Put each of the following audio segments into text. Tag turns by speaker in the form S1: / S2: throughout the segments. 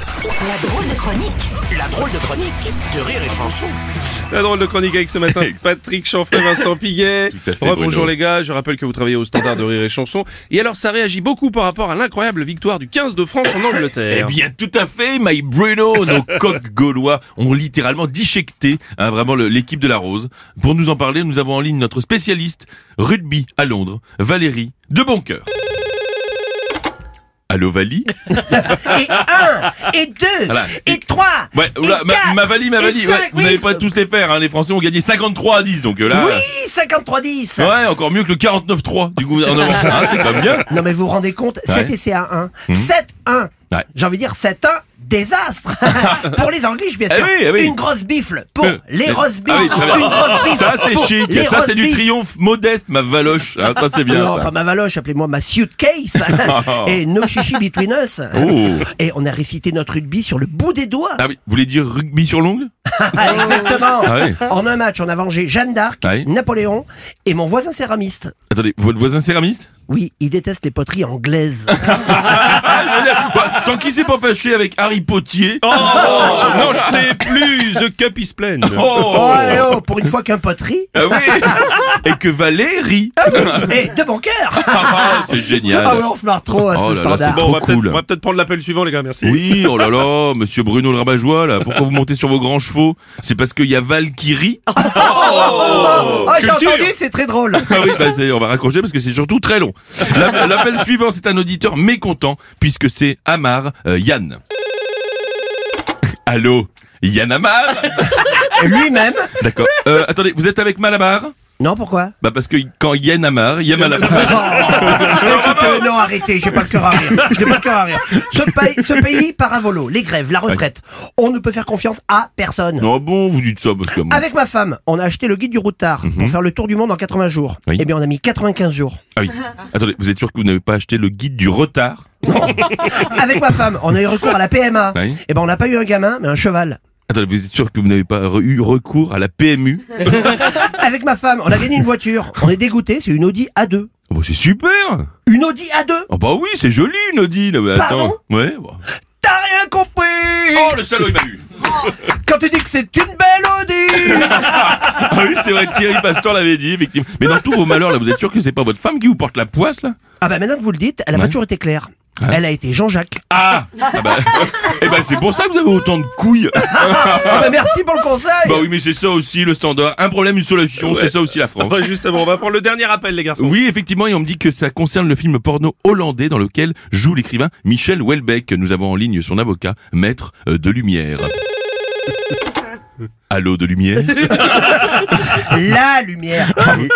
S1: La drôle de chronique.
S2: La drôle de chronique de Rire et Chanson.
S3: La drôle de chronique avec ce matin Patrick Chanfray, Vincent Piguet.
S4: Tout à fait,
S3: Bonjour
S4: Bruno.
S3: les gars, je rappelle que vous travaillez au standard de rire et chanson. Et alors ça réagit beaucoup par rapport à l'incroyable victoire du 15 de France en
S4: Eh
S3: Angleterre.
S4: bien, tout à fait, my Bruno. Nos coqs gaulois ont littéralement disjecté hein, vraiment le- l'équipe de la Rose. Pour nous en parler, nous avons en ligne notre spécialiste rugby à Londres, Valérie de Boncoeur. Allô, Vali
S5: et un, et deux,
S4: Voilà.
S5: et trois.
S4: Ouais,
S5: et
S4: oula, ma,
S5: quatre,
S4: ma Vali, ma
S5: et
S4: Vali.
S5: cinq,
S4: ouais, vous
S5: oui.
S4: n'allez pas tous les faire, hein, les Français ont gagné 53 à 10, donc euh, là... euh,
S5: Oui, 53-10.
S4: Ouais, encore mieux que le 49-3 du gouvernement. Hein, c'est pas bien.
S5: Non mais vous vous rendez compte, 7 essais à 1. 7-1.
S4: Mhm. Ouais.
S5: J'ai envie de dire 7-1. Désastre pour les Anglish bien
S4: Eh
S5: sûr.
S4: oui, eh oui.
S5: Une grosse bifle pour
S4: Euh,
S5: les
S4: mais-
S5: roast
S4: Ah oui,
S5: beef.
S4: très bien.
S5: Une grosse bifle
S4: Ça, c'est
S5: pour
S4: chic.
S5: les
S4: Ça, c'est
S5: roast
S4: du
S5: beef.
S4: triomphe modeste, ma valoche. Hein, ça, c'est bien,
S5: non,
S4: ça.
S5: pas ma valoche, appelez-moi ma suitcase et no chichi between us.
S4: Oh.
S5: Et on a récité notre rugby sur le bout des doigts.
S4: Ah oui, vous voulez dire rugby sur l'ongle
S5: Exactement.
S4: Ah oui.
S5: En un match, on a vengé Jeanne d'Arc,
S4: Ah oui.
S5: Napoléon et mon voisin céramiste.
S4: Attendez, votre voisin céramiste
S5: Oui, il déteste les poteries anglaises.
S4: Bah, Tant qu'il s'est pas fâché avec Harry Potier.
S3: Oh, non, je t'ai plus, The Cup is plain.
S5: Oh,
S4: Oh
S5: allez, oh, pour une fois qu'un poterie
S4: Ah oui Et que Valérie
S5: et de bon cœur.
S4: Ah, C'est génial
S5: Ah ouais, on se marre trop à ce
S4: Oh là là,
S5: standard.
S4: c'est
S3: Bon, on va
S4: Trop
S3: peut-être
S4: cool.
S3: on va peut-être prendre l'appel suivant les gars, merci.
S4: Oui, oh là là, monsieur Bruno le rabat-joie, là, pourquoi vous montez sur vos grands chevaux C'est parce qu'il y a Val qui rit
S5: Oh, j'ai
S3: culture.
S5: entendu, c'est très drôle.
S4: Ah oui, bah, c'est- on va raccrocher parce que c'est surtout très long. La- L'appel suivant, c'est un auditeur mécontent, puisque c'est Amar euh, Yann. Allô Yann Amar
S5: Lui-même.
S4: D'accord. Euh, attendez, vous êtes avec Malamar
S5: Non, pourquoi
S4: Bah parce que quand Yann a marre, Yann a marre.
S5: Écoutez, non, arrêtez, j'ai pas le cœur à rire. J'ai pas le cœur à rire. Ce, pays- ce pays part à volo, les grèves, la retraite. On ne peut faire confiance à personne.
S4: Non ah bon, vous dites ça parce que moi-
S5: Avec ma femme, on a acheté le guide du routard pour faire le tour du monde en 80 jours.
S4: Mhm. Oui.
S5: Eh bien, on a mis 95 jours.
S4: Ah oui. Attendez, vous êtes sûr que vous n'avez pas acheté le guide du retard
S5: Avec ma femme, on a eu recours à la PMA.
S4: Oui.
S5: Eh ben, on n'a pas eu un gamin, mais un cheval.
S4: Attendez, vous êtes sûr que vous n'avez pas re- eu recours à la PMU
S5: Avec ma femme, on a gagné une voiture. On est dégoûté, c'est une Audi A2.
S4: Oh, bah, c'est super
S5: Une Audi A2
S4: Oh bah oui, c'est joli une Audi. Non, mais attends.
S5: Pardon
S4: ouais. bon.
S5: T'as rien compris
S4: Oh le salaud il m'a eu.
S5: Quand tu dis que c'est une belle Audi
S4: Ah oui, c'est vrai Thierry Pastor l'avait dit effectivement. Mais dans tous vos malheurs là, vous êtes sûr que c'est pas votre femme qui vous porte la poisse là
S5: Ah bah maintenant que vous le dites, elle a
S4: Ouais.
S5: pas toujours été claire. Elle a été Jean-Jacques.
S4: Ah, ah bah, Eh bah c'est pour ça que vous avez autant de couilles.
S5: Ah bah merci pour le conseil
S4: bah oui, mais c'est ça aussi le standard. Un problème, une solution, c'est ça aussi la France.
S3: Ouais, Ah bah, justement, on va prendre le dernier appel les garçons.
S4: Oui, effectivement, et on me dit que ça concerne le film porno hollandais dans lequel joue l'écrivain Michel Houellebecq. Nous avons en ligne son avocat, maître euh, de lumière. Allô de lumière
S5: La lumière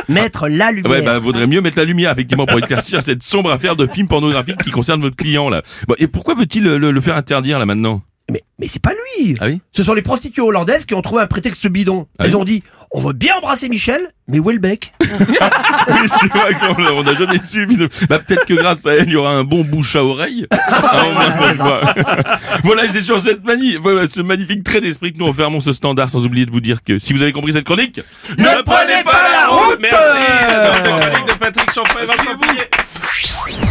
S5: Mettre la lumière
S4: Ah Ouais, bah vaudrait mieux mettre la lumière, effectivement, pour éclaircir cette sombre affaire de film pornographique qui concerne votre client, là. Bon, et pourquoi veut-il euh, le, le faire interdire, là, maintenant
S5: Mais, mais c'est pas lui
S4: Ah oui
S5: Ce sont les prostituées hollandaises qui ont trouvé un prétexte bidon.
S4: Ah
S5: Elles
S4: oui
S5: ont dit, on veut bien embrasser Michel, mais où est le bec
S4: Oui, c'est vrai qu'on on n'a jamais su. finalement. Bah, peut-être que grâce à elle, il y aura un bon bouche à oreille. Ah, au moins, pour moi. voilà, et c'est sur cette mani voilà, ce magnifique trait d'esprit que nous refermons ce standard, sans oublier de vous dire que si vous avez compris cette chronique, ne prenez pas la route
S3: Merci, la drôle de chronique de Patrick Chanfray, Vincent Piguet.